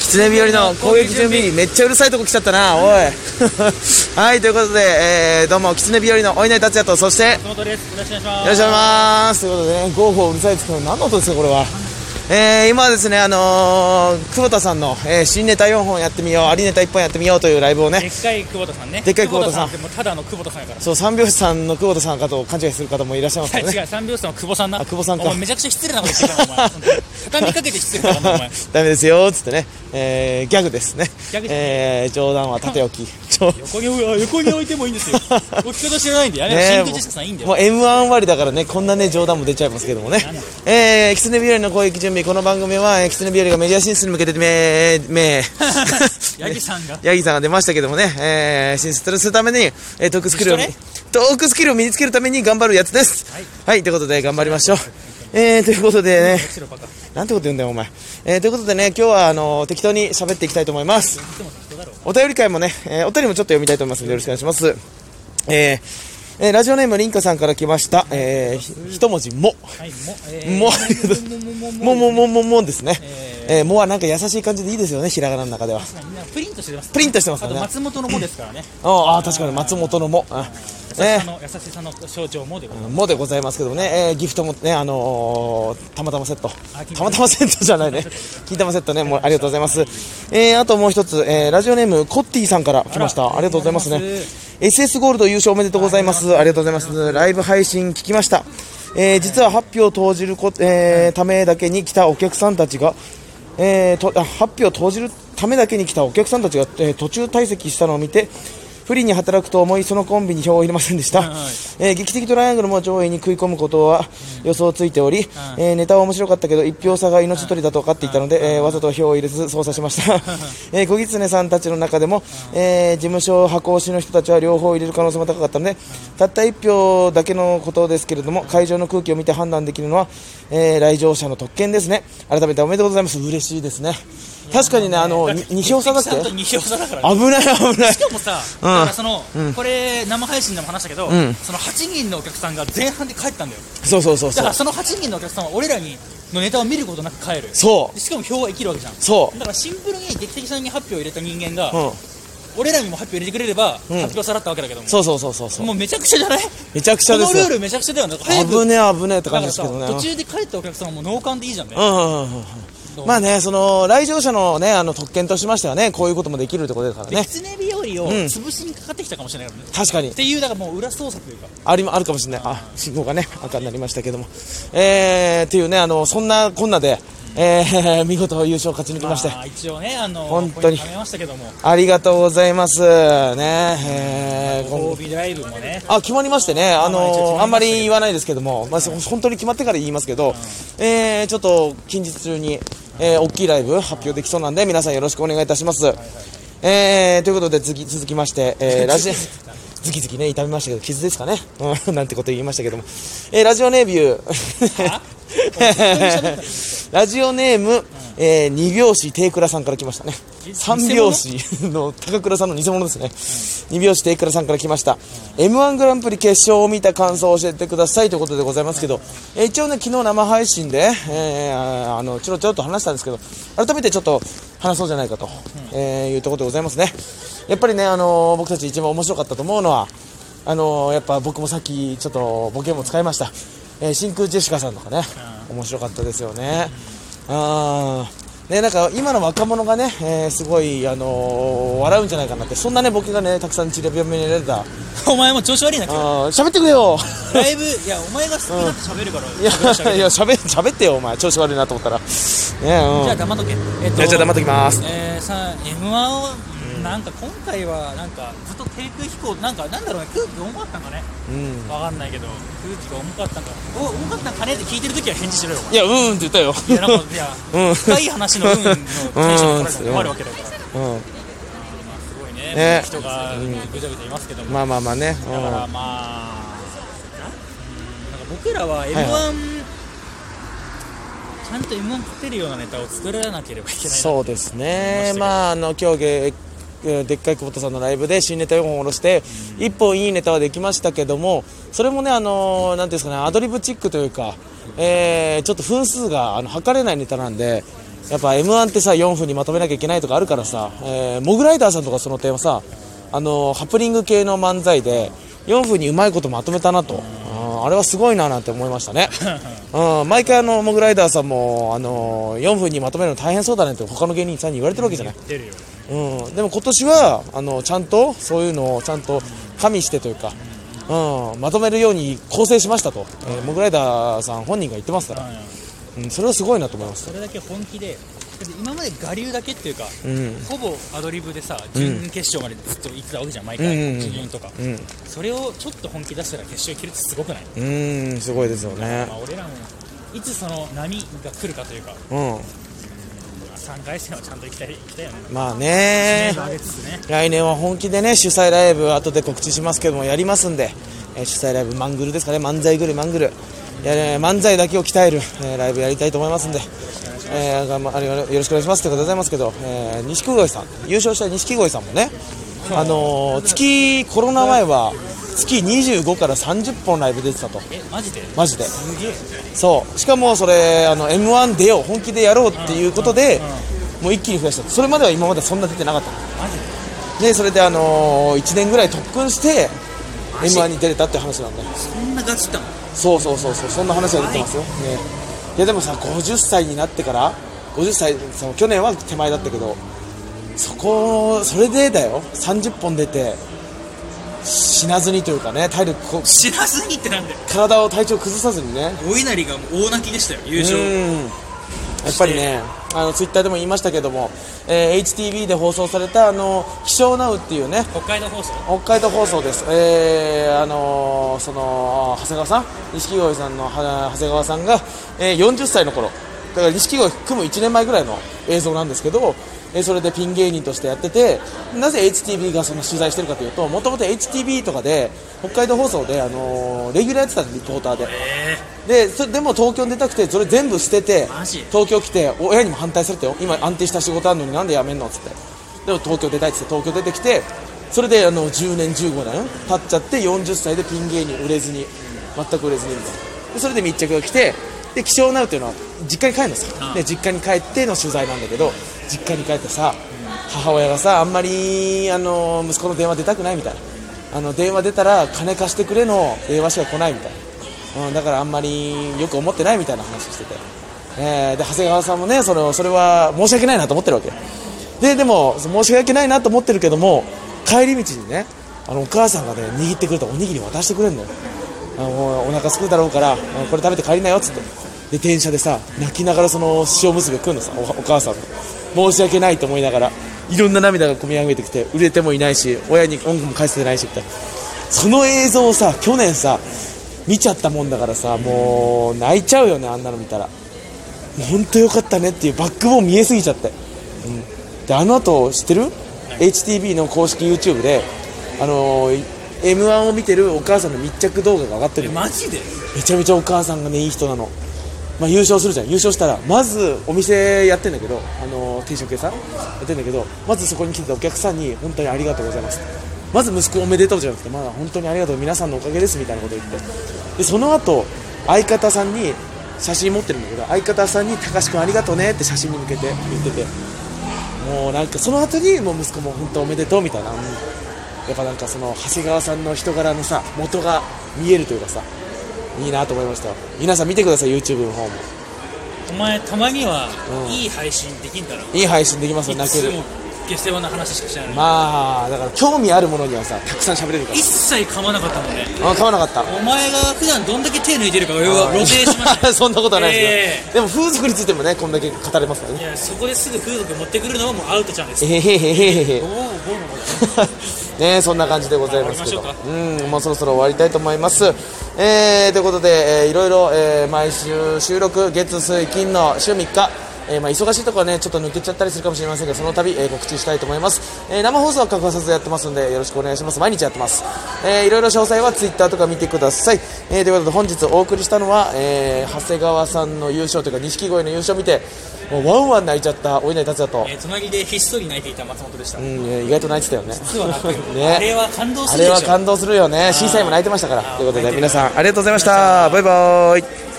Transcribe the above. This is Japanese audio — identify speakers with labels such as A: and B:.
A: 狐日和の攻撃準備めっちゃうるさいとこ来ちゃったなおい はいということで、えー、どうも狐日和のお稲荷達也とそして
B: 松本です。よろしくお願いします。
A: いらっしゃいますということでねゴーゴーうるさいですけど何の音ですかこれはえー、今はですね、あのー、久保田さんの、えー新ネタ4本やってみよう、ありネタ1本やってみようというライブをね
B: で、っかい久保田さんね。
A: でっかい久保田さん
B: ってもうただの久保田さんやから。
A: そう、三拍子さんの久保田さんかと勘違いする方もいらっしゃいますからね。
B: 違う、三拍子さんは久保さんな。
A: あ久保さんか
B: お前めちゃくちゃ失礼なこと言ってるから、お前。本当に畳みかけて失礼だから、お前。
A: ダメですよーっつってね、えー、ギャグですね。
B: ャグです
A: えー、冗談は縦置き。 ちょ
B: 横に置い横に置いてもいいん ですよ。置き方知らないんだよ。
A: ね
B: ね、真空ジェシカさんいいんだ
A: も
B: よ。。
A: う M1 終わりだからね、こんなね、冗談も出ちゃいますけどもね。えー、キツネ日和の攻撃準備、この番組は、えー、キツネ日和がメディア進出に向けて、めー、めー
B: ヤギさんが。
A: ヤギさんが出ましたけどもね、えー、進出するために、えー、トークスキルを、
B: 自主
A: トークスキルを身につけるために頑張るやつです。は
B: はいい。
A: ということで、頑張りましょう。えー、ということでね、
B: 白バカ。い
A: なんてこと言うんだよ、お前。えー、ということでね、今日は、あのー適当に喋っていきたいと思います。
B: つも人だろ。
A: お便り会もね、えーお便りもちょっと読みたいと思いますので、よろしくお願いします。えーえーラジオネーム、りんかさんから来ました。えーひ一文字、も。
B: はい、も、え
A: もありがとう
B: も、も、
A: も、
B: も、
A: も、も、も、もですね。
B: え
A: えーもはなんか優しい感じでいいですよね、ひらがなの中では。
B: ーみんなプリントしてます。
A: プリンとしてますか
B: あと
A: らね。
B: 松本のもですからね。
A: ああー、確かに松本のも。あ
B: 優し
A: ね
B: さの、優しさの象徴もでござい
A: もでございますけどもね、えーギフトもね、あのーたまたまセット
B: あ、金玉
A: たまたまセットじゃ ないね、金玉セットね、もうありがとうございます、えーあともう一つ、えーラジオネーム、コッティさんから来ました、
B: あ
A: あり
B: ら
A: がとうございますね
B: ありがとうござい、
A: SS ゴールド優勝おめでとうございます、ありがとうございます、ライブ配信聞きました、えー実は8票投じるこ、えーためだけに来たお客さんたちが、えーとあ8票投じるためだけに来たお客さんたちが、えー途中退席したのを見て、不利に働くと思い、そのコンビに票を入れませんでした。
B: はい
A: えー劇的トライアングルも上位に食い込むことは予想ついており、えーネタは面白かったけど1票差が命取りだと分かっていたので、えーわざと票を入れず操作しました、 えー小狐さんたちの中でも、えー事務所箱推しの人たちは両方入れる可能性も高かったのでたった1票だけのことですけれども会場の空気を見て判断できるのは、えー来場者の特権ですね改めておめでとうございます嬉しいですね確かにねあの2票差だっけ
B: ちゃんと二票差だからね。
A: 危ない危ない
B: しかもさ、だからその、これ生配信でも話したけど、その8人のお客さんが前半で帰ったんだよ
A: そうそうそう
B: だ
A: そ
B: か
A: う
B: らその8人のお客さんは俺らにのネタを見ることなく帰る
A: そう
B: でしかも票は生きるわけじゃん
A: そう
B: だからシンプルに劇的さんに発表を入れた人間が、
A: うん
B: 俺らにも発表入れてくれれば、発表さらったわけだけども
A: そうそうそうそうそう
B: もうめちゃくちゃじゃない
A: めちゃくちゃ
B: こ
A: で
B: の
A: す
B: ル
A: よ
B: ールめちゃくちゃだよね早く
A: 危ねえ危ねえって感
B: だか
A: じ
B: ら
A: です
B: さ
A: けどね
B: 途中で帰ったお客さんはもう脳幹でいいじゃんね、
A: うんうんうんうんまあねその来場者のねあの特権としましてはねこういうこともできるってことですからね
B: 狐日和を潰しにかかってきたかもしれないからね、
A: 確かに
B: っていうだからもう裏操作というか
A: ありあるかもしれないあ信号がね赤になりましたけどもえー、っていうねあのそんなこんなで、えー、 見事優勝勝ち抜きまして
B: まあ、一応ね、あの
A: 本当に
B: ポイント貯めましたけども、
A: ありがとうございますねえー、
B: ご褒美ライブもね、
A: あ決まりましてね、あ
B: まあ一応決まりまし
A: の
B: た
A: あんまり言わないですけども、まあ、そ本当に決まってから言いますけど、えー、ちょっと近日中に、えー、大きいライブ発表できそうなんで、皆さんよろしくお願いいたします。えー、ということで次、続きまして、 えー、ラジズキズキね、痛みましたけど、傷ですかね、うん、なんてこと言いましたけども、えー、ラジオネービュー。 ラジオネーム、えー、二拍子低倉さんから来ましたね
B: え
A: 三拍子の高倉さんの偽物ですね、二拍子低倉さんから来ました、m 1グランプリ決勝を見た感想を教えてくださいということでございますけど、えー一応ね昨日生配信で、えーあのちょろちょろっと話したんですけど改めてちょっと話そうじゃないかと、えーいうところでございますねやっぱりね、あのー僕たち一番面白かったと思うのはあのーやっぱ僕もさっきちょっとボケも使いました、えー真空ジェシカさんとかね、面白かったですよね、あーねなんか今の若者がね、えーすごい、あのー笑うんじゃないかなってそんなねボケがねたくさん散りばめられた
B: お前も調子悪いな、今
A: あー喋ってくれよ
B: 日ライブ、いや、お前が好きになって喋るから、
A: いや
B: 喋らせてあげ
A: い
B: る
A: や喋喋ってよお前調子悪いなと思ったらねうん
B: じゃあ黙っとけ、えっ
A: じゃあじゃあ黙っときます
B: えー、さ m 1を、なんか今回は、なんかずっと低空飛行、なんかなんだろうね、空気が重かったんかね、
A: うん
B: わかんないけど、空気が重かったんか、お重かったんかねって聞いてるときは返事しろよ、お前
A: いやうんって言ったよ
B: いや、なんか、いや、
A: うん
B: 深い話の運のテンションが取られたら困るわけだから、す
A: うん
B: ごいね、
A: ね
B: 人がぐちゃぐちゃいますけども。
A: まあまあまあね
B: だからまあ、なんか僕らは M1、ちゃんと M1 勝てるようなネタを作らなければいけないな
A: そうです
B: 思いまし
A: ね
B: た、けど
A: まあ、あの今日げえーでっかい久保田さんのライブで新ネタ4本下ろして、1本いいネタはできましたけども、それもね、あのーなんていうんですかね、アドリブチックというか、えーちょっと分数があの測れないネタなんで、やっぱ M1 ってさ、4分にまとめなきゃいけないとかあるからさ、えーモグライダーさんとかその点はさ、あのーハプニング系の漫才で、4分にうまいことまとめたなと。うんあれはすごいななんて思いましたね。うん、毎回あの、モグライダーさんも、あのー4分にまとめるの大変そうだねって他の芸人さんに言われてるわけじゃない。
B: 出るよ
A: うん、でも今年はあのちゃんとそういうのをちゃんと加味してというか、うん、まとめるように構成しましたと、えーモグライダーさん本人が言ってますから、うん、それはすごいなと思います
B: それだけ本気でだって今まで我流だけっていうか、
A: ん
B: ほぼアドリブでさ準決勝までずっと行ってたわけじゃん毎
A: うんうんう
B: 回
A: ん
B: 準とか、
A: ん
B: それをちょっと本気出したら決勝いけるってすごくない、
A: うんすごいですよね
B: まあ、俺らもいつその波が来るかというか、
A: う
B: まあ、3回戦はちゃんと行きたい行きたいよね
A: んまあね
B: 上げつつね
A: 来年は本気でね主催ライブ後で告知しますけどもやりますんで、えー主催ライブマングルですかね漫才グルマングルやれ漫才だけを鍛える、えーライブやりたいと思いますんで、えーがまあれよろしくお願いしますということでございますけど、えー、錦鯉さん優勝した錦鯉さんもね、あのー月コロナ前は月25から30本ライブ出てたと
B: えマジで
A: マジです
B: げえ
A: そうしかもそれあの m 1出よう本気でやろうっていうことで、もう一気に増やしたそれまでは今までそんな出てなかった
B: マジで
A: でそれであのー、1年ぐらい特訓して m 1に出れたって話なんで
B: そんなガチだもん
A: そうそうそうそうそんな話が出てますよ、ね、いやでもさ50歳になってから50歳その去年は手前だったけどそこそれでだよ30本出て死なずにというかね体力こう
B: 知らずにってなんだよ
A: 体を体調崩さずにね
B: お稲荷がもう大泣きでしたよ優
A: う
B: 勝
A: んやっぱりねあのツイッターでも言いましたけども、えー HTV で放送されたあの「気象ナウ」っていうね
B: 北海道放送
A: 北海道放送です、えーあのーその長谷川さん、錦鯉さんのは長谷川さんが、えー40歳の頃だから錦鯉組む1年前ぐらいの映像なんですけど、えーそれでピン芸人としてやってて、なぜ HTB がその取材してるかというと、もともと HTB とかで、北海道放送で、あのーレギュラーやってたんです、リポーターで。
B: え
A: でそれでも東京に出たくてそれ全部捨てて
B: マジ
A: 東京来て親にも反対されてよ今安定した仕事あるのになんで辞めんのっつってでも東京出たいっつって東京出てきてそれであの10年15年経っちゃって40歳でピン芸人売れずに全く売れずにみたいなでそれで密着が来てで希少になるっていうのは実家に帰るの
B: う
A: さ
B: ん
A: で実家に帰っての取材なんだけど実家に帰ってさ母親がさあんまりあの息子の電話出たくないみたいなあの電話出たら金貸してくれの電話しか来ないみたいな、うん、だからあんまりよく思ってないみたいな話をしてて、えーで長谷川さんもねそれをそれは申し訳ないなと思ってるわけででも申し訳ないなと思ってるけども帰り道にねあのお母さんがね握ってくれたおにぎり渡してくれるのよあのお腹すくだろうからあのこれ食べて帰りなよっつってで電車でさ泣きながらその塩むすびを食うのさおお母さんが申し訳ないと思いながらいろんな涙がこみ上げてきて売れてもいないし親に恩も返せてないしみたいなその映像をさ去年さ見ちゃったもんだからさもう泣いちゃうよねあんなの見たら本当よかったねっていうバックボーン見えすぎちゃって、うん、であの後知ってる HTB の公式 YouTube であの m 1を見てるお母さんの密着動画が上がってる
B: え
A: の
B: マジで
A: めちゃめちゃお母さんがねいい人なの、まあ、優勝するじゃん優勝したらまずお店やってんだけどあの定食屋さんやってんだけどまずそこに来てたお客さんに本当にありがとうございますまず息子おめでとうじゃなくてまだ本当にありがとう皆さんのおかげですみたいなこと言ってでその後相方さんに写真持ってるんだけど相方さんに「貴司君ありがとうね」って写真に向けて言っててもうなんかその後にもう息子も本当おめでとうみたいな、うんやっぱなんかその長谷川さんの人柄のさ元が見えるというかさいいなと思いました皆さん見てください YouTube の方も
B: お前たまには
A: うん
B: いい配信できんだろ、
A: いい配信できますよ
B: い
A: 泣け
B: つ
A: る
B: も下世話な話しかしてないのに、
A: まあだから興味あるものにはさたくさん喋れるか
B: 一切噛まなかったもんね
A: らあ買わなかった
B: お前が普段どんだけ手抜いてるか俺は露呈しましたよ
A: そんなことはないです
B: え
A: けど、でも風俗についてもねこんだけ語れますから
B: えい
A: ね
B: やそこですぐ風俗持ってくるのはもうアウトちゃんです
A: えへへへへへ
B: おおおおのことだ
A: ねそんな感じでございますけど
B: 終わりま
A: うんもうそろそろ終わりたいと思います、えー、ということで、えーいろいろ、えー毎週収録月水金の週3日えーまあ、忙しいところはねちょっと抜けちゃったりするかもしれませんがその度、えー告知したいと思います、えー生放送は欠かさずやってますのでよろしくお願いします毎日やってます、えーいろいろ詳細はツイッターとか見てください、えーということで本日お送りしたのは、えー長谷川さんの優勝というか錦鯉の優勝を見てもうワンワン泣いちゃったお稲荷達也と、
B: えー隣でひっそり泣いていた松本でした、
A: うんえー意外と泣いてたよね
B: 実は泣くよ、
A: ね
B: あれは感動
A: あ
B: する
A: れ
B: でしょ
A: は感動するよね。審査員も泣いてましたから。ということで、
B: 泣いてる
A: 皆さん、ありがとうございました。バイバーイ。